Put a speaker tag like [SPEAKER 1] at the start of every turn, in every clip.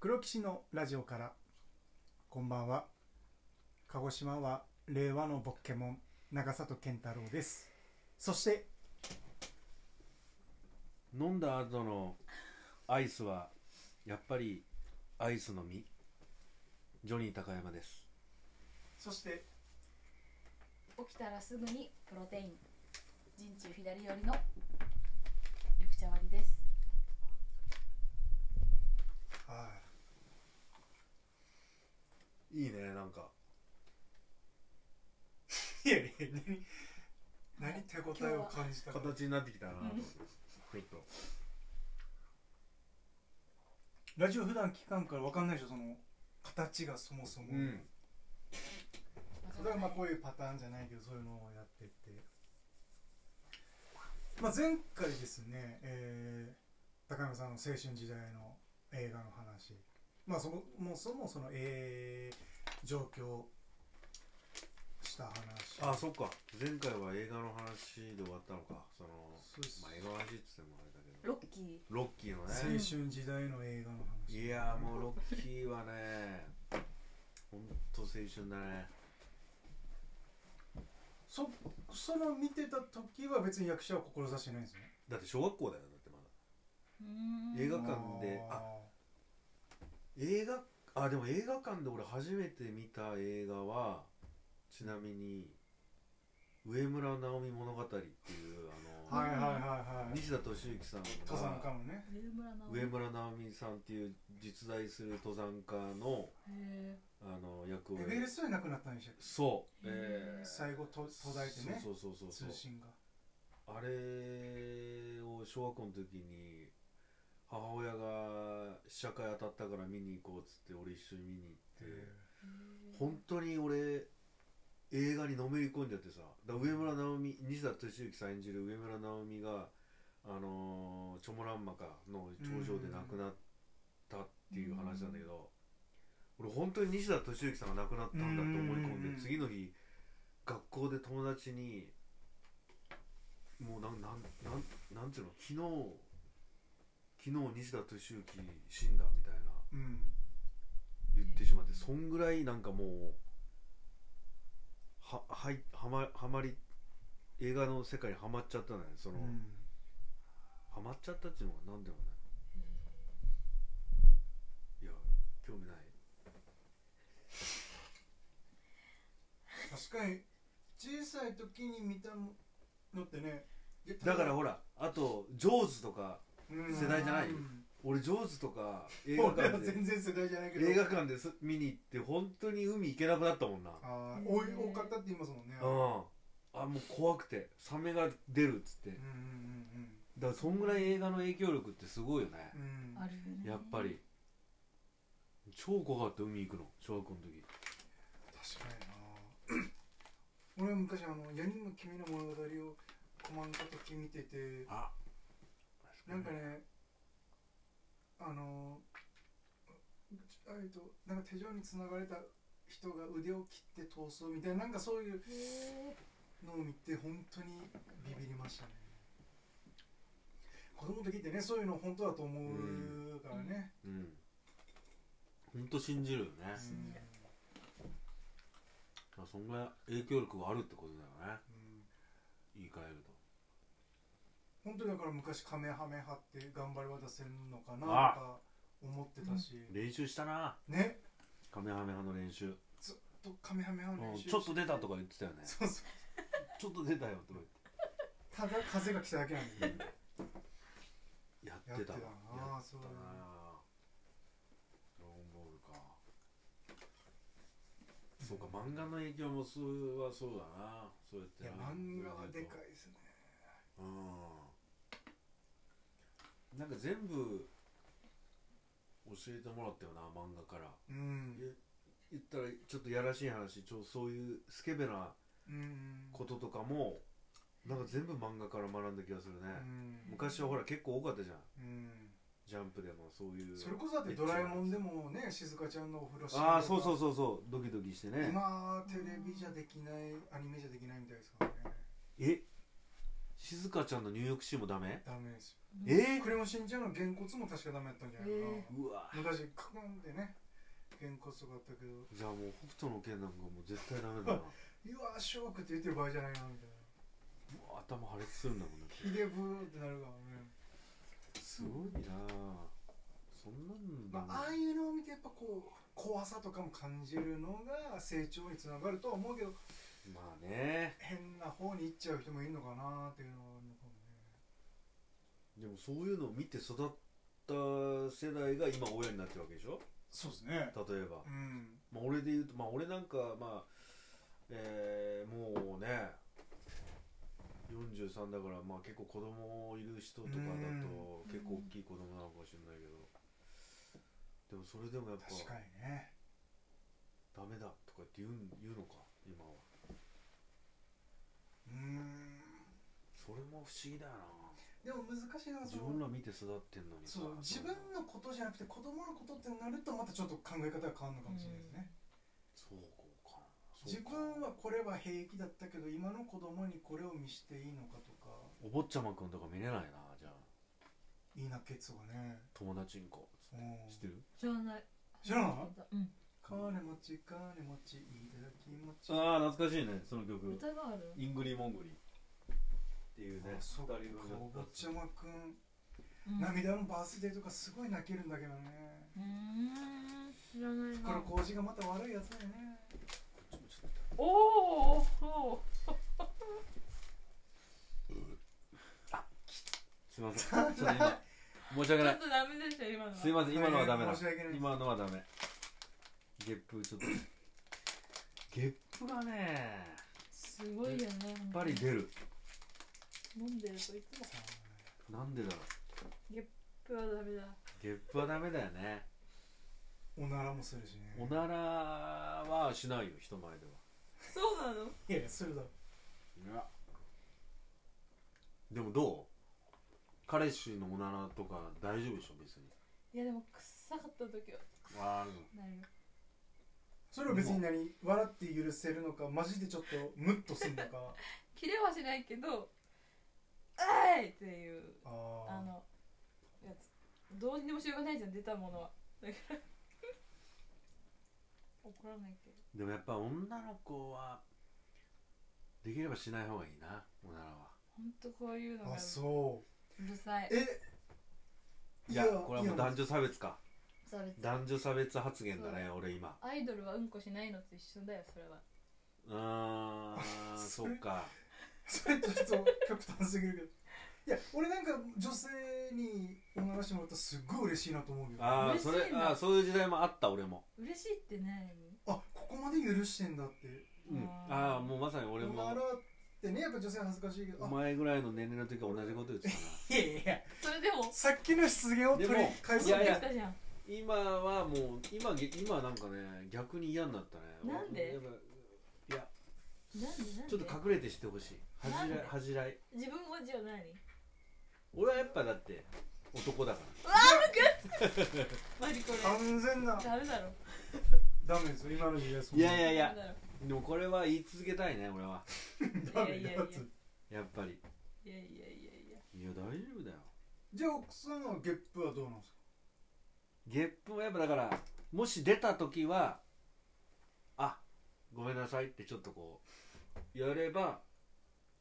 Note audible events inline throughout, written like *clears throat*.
[SPEAKER 1] 黒騎士のラジオからこんばんは鹿児島は令和のポケモン長里健太郎ですそして
[SPEAKER 2] 飲んだ後のアイスはやっぱりアイスの実ジョニー高山です
[SPEAKER 1] そして
[SPEAKER 3] 起きたらすぐにプロテイン陣中左寄りの緑茶割りです
[SPEAKER 2] いいねなんか
[SPEAKER 1] いやいや何何手応えを感じたか
[SPEAKER 2] 形になってきたなと思ってちょっと
[SPEAKER 1] ラジオ普段聞かんから分かんないでしょその形がそもそも、
[SPEAKER 2] うん
[SPEAKER 1] それはまあこういうパターンじゃないけどそういうのをやってって、まあ、前回ですね、えー高山さんの青春時代の映画の話まあそももうそもそのえー上京した話
[SPEAKER 2] あそっか前回は映画の話で終わったのかその
[SPEAKER 1] そうです
[SPEAKER 2] まあ映画の話っつってもあれだけど
[SPEAKER 3] ロッキー
[SPEAKER 2] ロッキーの
[SPEAKER 1] 青
[SPEAKER 2] ね
[SPEAKER 1] 春時代の映画の話
[SPEAKER 2] いやーもうロッキーはねほんと青春だね
[SPEAKER 1] そその見てた時は別に役者を志してないんですね
[SPEAKER 2] だって小学校だよだってまだ映画館であ映画あでも映画館で俺初めて見た映画はちなみに「上村直美物語」っていうあの、
[SPEAKER 1] はいはいはいはい
[SPEAKER 2] 西田敏行さん
[SPEAKER 1] 登山家
[SPEAKER 2] が
[SPEAKER 1] のね
[SPEAKER 3] 上
[SPEAKER 2] 上村
[SPEAKER 3] 村直
[SPEAKER 2] 直美さんっていう実在する登山家の
[SPEAKER 3] へ
[SPEAKER 2] あの役を
[SPEAKER 1] エベレストで亡くなったんでしたっけ
[SPEAKER 2] そう、
[SPEAKER 3] へー
[SPEAKER 2] えー
[SPEAKER 1] 最後と途絶えてね
[SPEAKER 2] そうそうそうそう
[SPEAKER 1] 通信が
[SPEAKER 2] あれを小学校の時に母親が試写会当たったから見に行こうっつって俺一緒に見に行って。
[SPEAKER 3] ー
[SPEAKER 2] 本当に俺映画にのめり込んじゃってさだ上村直美西田敏行さん演じる上村直美があのーチョモランマカの頂上で亡くなったっていう話なんだけど、俺本当に西田敏行さんが亡くなったんだと思い込んで、
[SPEAKER 1] うん
[SPEAKER 2] 次の日学校で友達にもうなんなんなんなんていうの昨日昨日西田敏行死んだみたいな
[SPEAKER 1] うん
[SPEAKER 2] 言ってしまってそんぐらいなんかもうははいはまはまり映画の世界にはまっちゃったのよねその、
[SPEAKER 1] うん
[SPEAKER 2] はまっちゃったっていうのがなんでもないいや興味ない
[SPEAKER 1] 確かに小さい時に見たのってね
[SPEAKER 2] だからほらあと「ジョーズ」とか
[SPEAKER 1] うん
[SPEAKER 2] 世代じゃない
[SPEAKER 1] うん
[SPEAKER 2] 俺「ジョーズ」とか映画
[SPEAKER 1] *laughs* 俺は
[SPEAKER 2] 館で
[SPEAKER 1] 全然世代じゃないけど
[SPEAKER 2] 映画館です見に行って本当に海行けなくなったもんなうん
[SPEAKER 1] あー多い多かったって言いますもんね
[SPEAKER 2] あもう怖くてサメが出るっつって
[SPEAKER 1] うんうん
[SPEAKER 2] だからそんぐらい映画の影響力ってすごいよね
[SPEAKER 1] うんうんうん
[SPEAKER 3] あるよね
[SPEAKER 2] やっぱり超怖かった海行くの小学校の時
[SPEAKER 1] 確かにな *clears throat* 俺は昔あの「ヤニの君の物語」をコマンド時見てて
[SPEAKER 2] あ
[SPEAKER 1] なんかね、あのー、えっと、なんか手錠につながれた人が腕を切って逃走みたいな、なんかそういう
[SPEAKER 3] へ
[SPEAKER 1] のを見て、本当にビビりましたね。子供の時ってね、そういうの本当だと思うからね。
[SPEAKER 2] うんほんと信じるよね
[SPEAKER 1] う
[SPEAKER 3] うん
[SPEAKER 1] ん
[SPEAKER 2] そんぐらい影響力があるってことだよね
[SPEAKER 1] うん
[SPEAKER 2] 言い換えると
[SPEAKER 1] 本当にだから昔、カメハメ張って頑張れば出せるのかなと
[SPEAKER 2] あ
[SPEAKER 1] か思ってたし、
[SPEAKER 2] 練習したな
[SPEAKER 1] ね、
[SPEAKER 2] カメハメハの練習
[SPEAKER 1] ずっとカメハメ張
[SPEAKER 2] うん
[SPEAKER 1] 練習
[SPEAKER 2] ちょっと出たとか言ってたよね
[SPEAKER 1] そうそう。
[SPEAKER 2] ちょっと出たよとか言って
[SPEAKER 1] ただ風が来ただけなんですよ。
[SPEAKER 2] やってた
[SPEAKER 1] や
[SPEAKER 2] わ
[SPEAKER 1] ってたな
[SPEAKER 2] やって
[SPEAKER 1] そうだ
[SPEAKER 2] たな
[SPEAKER 1] ね
[SPEAKER 2] ドラゴンボールかそうか漫画の影響もそうはそうだなそうやって
[SPEAKER 1] いや、
[SPEAKER 2] な
[SPEAKER 1] 漫画はでかいですね。
[SPEAKER 2] うんなんか全部教えてもらったよな漫画から
[SPEAKER 1] うん
[SPEAKER 2] え言ったらちょっとやらしい話ちょそういうスケベな
[SPEAKER 1] うん
[SPEAKER 2] こととかもなんか全部漫画から学んだ気がするね
[SPEAKER 1] う、ん
[SPEAKER 2] 昔はほら結構多かったじゃん
[SPEAKER 1] うん
[SPEAKER 2] ジャンプでもそういう
[SPEAKER 1] それこそだって「ドラえもん」でもね静香ちゃんのお風呂シーンとか
[SPEAKER 2] ああそうそうそうそうドキドキしてね
[SPEAKER 1] 今テレビじゃできないアニメじゃできないみたいですからね
[SPEAKER 2] え静香ちゃんの入浴シーンもダメ
[SPEAKER 1] ダメですよ
[SPEAKER 2] え
[SPEAKER 1] クレヨンしんちゃんのげんこつも確かダメだったんじゃないかな、
[SPEAKER 3] え
[SPEAKER 2] うわ
[SPEAKER 1] 昔カコンでねげんこつとかあったけど
[SPEAKER 2] じゃあもう北斗の拳なんかもう絶対ダメだなう
[SPEAKER 1] うわーショックって言ってる場合じゃないなみたいな
[SPEAKER 2] わ頭破裂するんだもんね
[SPEAKER 1] ひでぶーってなるからね
[SPEAKER 2] すごいなあそんなんだ
[SPEAKER 1] まあ、あ
[SPEAKER 2] ね
[SPEAKER 1] あいうのを見てやっぱこう怖さとかも感じるのが成長につながるとは思うけど
[SPEAKER 2] まあね
[SPEAKER 1] 変な方に行っちゃう人もいるのかなっていうのはあるのかもね
[SPEAKER 2] でもそういうのを見て育った世代が今親になってるわけでしょ
[SPEAKER 1] そうですね
[SPEAKER 2] 例えば、
[SPEAKER 1] うん
[SPEAKER 2] まあ、俺で言うとまあ俺なんかまあえーもうね43だからまあ結構子供いる人とかだと
[SPEAKER 3] うん
[SPEAKER 2] 結構大きい子供なのかもしれないけどでもそれでもやっぱ
[SPEAKER 1] 確かにね
[SPEAKER 2] ダメだとかって言うん言うのか今は
[SPEAKER 1] うーん
[SPEAKER 2] それも不思議だよな
[SPEAKER 1] でも難しいな
[SPEAKER 2] 自
[SPEAKER 1] そ
[SPEAKER 2] 分
[SPEAKER 1] の
[SPEAKER 2] ら見て育ってんのにさ
[SPEAKER 1] そう自分のことじゃなくて子供のことってなるとまたちょっと考え方が変わるのかもしれないですね、
[SPEAKER 2] そうかそう
[SPEAKER 1] 自
[SPEAKER 2] か
[SPEAKER 1] 分はこれは平気だったけど今の子供にこれを見していいのかとか
[SPEAKER 2] お坊ちゃまくんとか見れないなじゃあ
[SPEAKER 1] いいなケツとかね
[SPEAKER 2] 友達んこ
[SPEAKER 1] うん
[SPEAKER 2] 知ってる
[SPEAKER 3] 知らない
[SPEAKER 1] 知らない
[SPEAKER 3] うん
[SPEAKER 1] 金持ち金持ちいただき持ち
[SPEAKER 2] ああ懐かしいねその曲
[SPEAKER 3] 歌がある
[SPEAKER 2] イングリーモングリーっていうね
[SPEAKER 1] あそっか
[SPEAKER 2] 二人組だ
[SPEAKER 1] お
[SPEAKER 2] った
[SPEAKER 1] 坊ちゃまくん
[SPEAKER 3] うん
[SPEAKER 1] 涙のバースデーとかすごい泣けるんだけどね
[SPEAKER 3] うーん知らない
[SPEAKER 1] これ
[SPEAKER 3] な
[SPEAKER 1] 工事がまた悪いやつだよね
[SPEAKER 2] ちょっとちょっと
[SPEAKER 3] おおお
[SPEAKER 2] すいませんちょっと今申し訳
[SPEAKER 3] ちょ
[SPEAKER 2] な
[SPEAKER 3] っ
[SPEAKER 2] い
[SPEAKER 3] とダメでしたよ今のは
[SPEAKER 2] すいません今のはダメだ
[SPEAKER 1] 申し訳ないです
[SPEAKER 2] 今のはダメゲップちょっとゲップがね
[SPEAKER 3] すごいよね
[SPEAKER 2] やっぱり出る
[SPEAKER 3] 飲んでるといつも
[SPEAKER 2] なんでだろう
[SPEAKER 3] これはダメだ
[SPEAKER 2] ゲップはダメだよね
[SPEAKER 1] おならもするしね
[SPEAKER 2] おならはしないよ人前では
[SPEAKER 3] そうなの
[SPEAKER 1] いやいやするだろ
[SPEAKER 2] いやでもどう彼氏のおならとか大丈夫でしょ別に
[SPEAKER 3] いやでも臭かった時は
[SPEAKER 2] ああ
[SPEAKER 3] なる
[SPEAKER 1] それは別に何笑って許せるのかマジでちょっとムッとするのか
[SPEAKER 3] 切れはしないけど「あい!」っていう
[SPEAKER 1] あ
[SPEAKER 3] あ
[SPEAKER 1] あ
[SPEAKER 3] のやつどうにでもしようがないじゃん出たものはだから怒らないけど
[SPEAKER 2] でもやっぱ女の子はできればしない方がいいなおならは
[SPEAKER 3] ほんとこういうのが
[SPEAKER 1] あ
[SPEAKER 3] う
[SPEAKER 1] そ
[SPEAKER 3] るさいう
[SPEAKER 1] え
[SPEAKER 2] いやこれはもう男女差別か
[SPEAKER 3] 差別
[SPEAKER 2] 男女差別発言だね
[SPEAKER 3] そ
[SPEAKER 2] 俺今
[SPEAKER 3] アイドルはうんこしないのと一緒だよそれは
[SPEAKER 2] うーんそっか
[SPEAKER 1] それちょっと極端すぎるけどいや俺なんか女性におならしてもらったらすっごい嬉しいなと思うけどあ
[SPEAKER 2] ああ
[SPEAKER 3] 嬉しい
[SPEAKER 2] そ
[SPEAKER 3] な
[SPEAKER 2] れあーそういう時代もあった俺も
[SPEAKER 3] 嬉しいって何
[SPEAKER 1] ここまで許してんだって
[SPEAKER 2] うん
[SPEAKER 3] あー
[SPEAKER 2] ああもうまさに
[SPEAKER 1] お
[SPEAKER 2] 俺
[SPEAKER 1] な
[SPEAKER 2] も
[SPEAKER 1] らってねやっぱ女性は恥ずかしいけど
[SPEAKER 2] お
[SPEAKER 1] あ
[SPEAKER 2] 前ぐらいの年齢の時は同じこと言ってたな
[SPEAKER 1] いやいや
[SPEAKER 3] それでも
[SPEAKER 1] さっきの失言を取り返す
[SPEAKER 2] いやいや
[SPEAKER 3] できたじゃん
[SPEAKER 2] 今はもう今げ今なんかね逆に嫌になったね
[SPEAKER 3] なんで
[SPEAKER 2] やっぱいや
[SPEAKER 3] なんでなんで
[SPEAKER 2] ちょっと隠れてしてほしい恥じ
[SPEAKER 3] なん
[SPEAKER 2] らい
[SPEAKER 3] で
[SPEAKER 2] 恥じらい
[SPEAKER 3] 自分もじゃあ何
[SPEAKER 2] 俺はやっぱだって男だか
[SPEAKER 3] マジこれ
[SPEAKER 1] 完全な
[SPEAKER 3] ダメだろ
[SPEAKER 1] ダメですよ今の時代そ
[SPEAKER 2] らいやいやい
[SPEAKER 3] ダ
[SPEAKER 2] や
[SPEAKER 3] メだろ
[SPEAKER 2] でもこれは言い続けたいね俺は
[SPEAKER 1] ダメだ
[SPEAKER 3] いやいやいや
[SPEAKER 1] って
[SPEAKER 2] やっぱり
[SPEAKER 3] いやいやいやいや
[SPEAKER 2] いや大丈夫だよ
[SPEAKER 1] じゃあ奥さんはゲップはどうなんですか
[SPEAKER 2] ゲップもやっぱだからもし出た時はあごめんなさいってちょっとこうやれば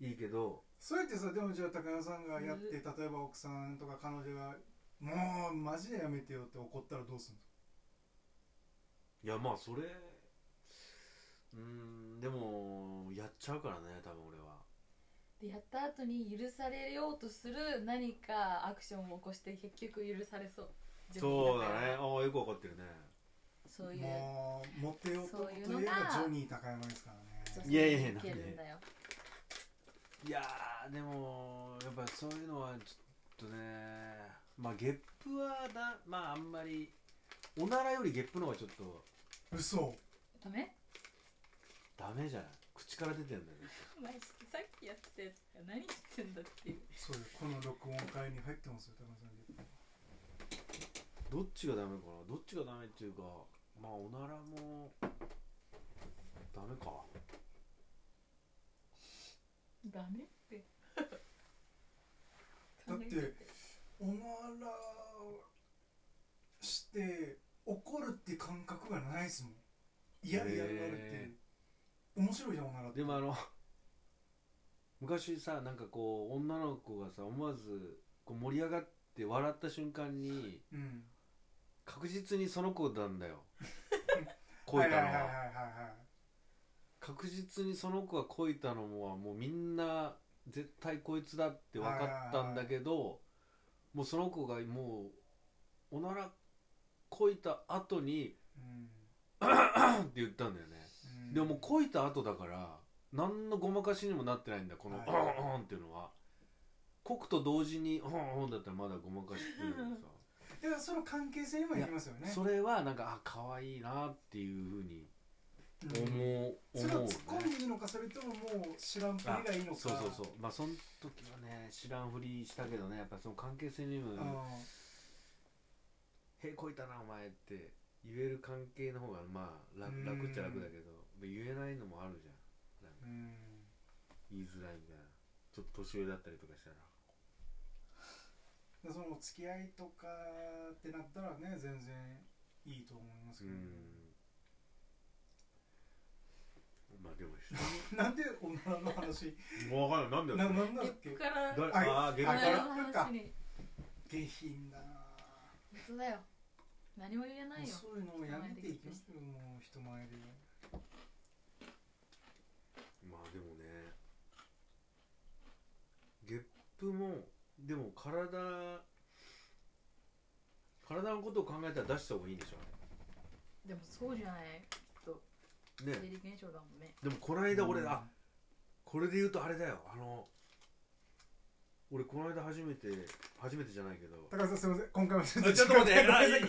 [SPEAKER 2] いいけど
[SPEAKER 1] それってさでもじゃあ高山さんがやって例えば奥さんとか彼女が「もうマジでやめてよ」って怒ったらどうするんです
[SPEAKER 2] いやまあそれうーんでもやっちゃうからね多分俺は
[SPEAKER 3] でやった後に許されようとする何かアクションを起こして結局許されそう
[SPEAKER 2] そうだ
[SPEAKER 3] から
[SPEAKER 2] ねああよくわかってるね
[SPEAKER 3] そう
[SPEAKER 1] か
[SPEAKER 3] いう
[SPEAKER 1] もうモテ男とい
[SPEAKER 3] そういう
[SPEAKER 1] え
[SPEAKER 3] のが
[SPEAKER 1] ばジョニー高山ですからね
[SPEAKER 3] 女性
[SPEAKER 2] いやいやいや
[SPEAKER 3] に受けるんだよ
[SPEAKER 2] いやーでもやっぱそういうのはちょっとねまあゲップはだまああんまりおならよりゲップの方がちょっと
[SPEAKER 1] 嘘
[SPEAKER 3] ダメ
[SPEAKER 2] ダメじゃない口から出てんだよね
[SPEAKER 3] お前さっきやってたやつが何してんだっていう
[SPEAKER 1] そうよこの録音会に入ってますよ高山さんゲップ
[SPEAKER 2] どっちがダメかなどっちがダメっていうかまあおならもダメか
[SPEAKER 3] ダメって
[SPEAKER 1] だっておならして怒るっていう感覚がないですもん嫌でやるあるっていう
[SPEAKER 2] へ
[SPEAKER 1] 面白いじゃんおならって
[SPEAKER 2] でもあの昔さなんかこう女の子がさ思わずこう盛り上がって笑った瞬間に
[SPEAKER 1] うん
[SPEAKER 2] 確実にその子な
[SPEAKER 1] *laughs*
[SPEAKER 2] んだよこいたのは,、
[SPEAKER 1] はいはいはいはいはい
[SPEAKER 2] 確実にその子がこいたのもはもうみんな絶対こいつだって分かったんだけど、もうその子がもうおならこいた後に
[SPEAKER 1] うん
[SPEAKER 2] パンって言ったんだよね、
[SPEAKER 1] うん
[SPEAKER 2] でももうこいた後だから何のごまかしにもなってないんだこの
[SPEAKER 1] はい
[SPEAKER 2] 「うんうん」っていうのはこくと同時に「うんうん」だったらまだごまかしてるけどさ
[SPEAKER 1] だからその関係性にもいきますよ *laughs* ね
[SPEAKER 2] それはなんかあ可愛いなっていうふうに
[SPEAKER 1] うん
[SPEAKER 2] 思う、
[SPEAKER 1] それ
[SPEAKER 2] 思う、
[SPEAKER 1] を
[SPEAKER 2] ね
[SPEAKER 1] 突っ、込んでいいのかそれとももう知らんぷりがいいのか
[SPEAKER 2] そうそうそうまあその時はね知らんふりしたけどねやっぱその関係性に
[SPEAKER 1] うん
[SPEAKER 2] も「へこいたなお前」って言える関係の方がまあ楽
[SPEAKER 1] うん
[SPEAKER 2] 楽っちゃ楽だけど言えないのもあるじゃんなんか
[SPEAKER 1] うん
[SPEAKER 2] 言いづらいみたいなちょっと年上だったりとかしたら
[SPEAKER 1] でそのお付き合いとかってなったらね全然いいと思いますけど、
[SPEAKER 2] うんまあでも
[SPEAKER 1] なんでおならの話
[SPEAKER 2] もう分かんない
[SPEAKER 1] な
[SPEAKER 2] なんんだ
[SPEAKER 1] な
[SPEAKER 2] よ
[SPEAKER 1] んだっけ
[SPEAKER 3] から
[SPEAKER 2] 誰
[SPEAKER 1] はい
[SPEAKER 2] ああゲー
[SPEAKER 3] お
[SPEAKER 2] ム
[SPEAKER 1] はい
[SPEAKER 3] 前の
[SPEAKER 2] か
[SPEAKER 3] 話に
[SPEAKER 1] 下品だな
[SPEAKER 3] 本当だよ何も言え
[SPEAKER 1] も
[SPEAKER 3] な
[SPEAKER 1] う
[SPEAKER 3] いよ
[SPEAKER 1] そういうのもやめていきますよもう人前で
[SPEAKER 2] まあでもねゲップもでも体体のことを考えたら出した方がいいんでしょ
[SPEAKER 3] でもそうじゃない
[SPEAKER 2] あれ
[SPEAKER 3] 生
[SPEAKER 2] ね
[SPEAKER 3] 理現象だもんね
[SPEAKER 2] でもこの間俺、
[SPEAKER 1] うん
[SPEAKER 2] あこれで言うとあれだよあの俺この間初めて初めてじゃないけど *laughs*
[SPEAKER 1] 高橋さんすいません今回もち
[SPEAKER 2] あちょっと待って、あい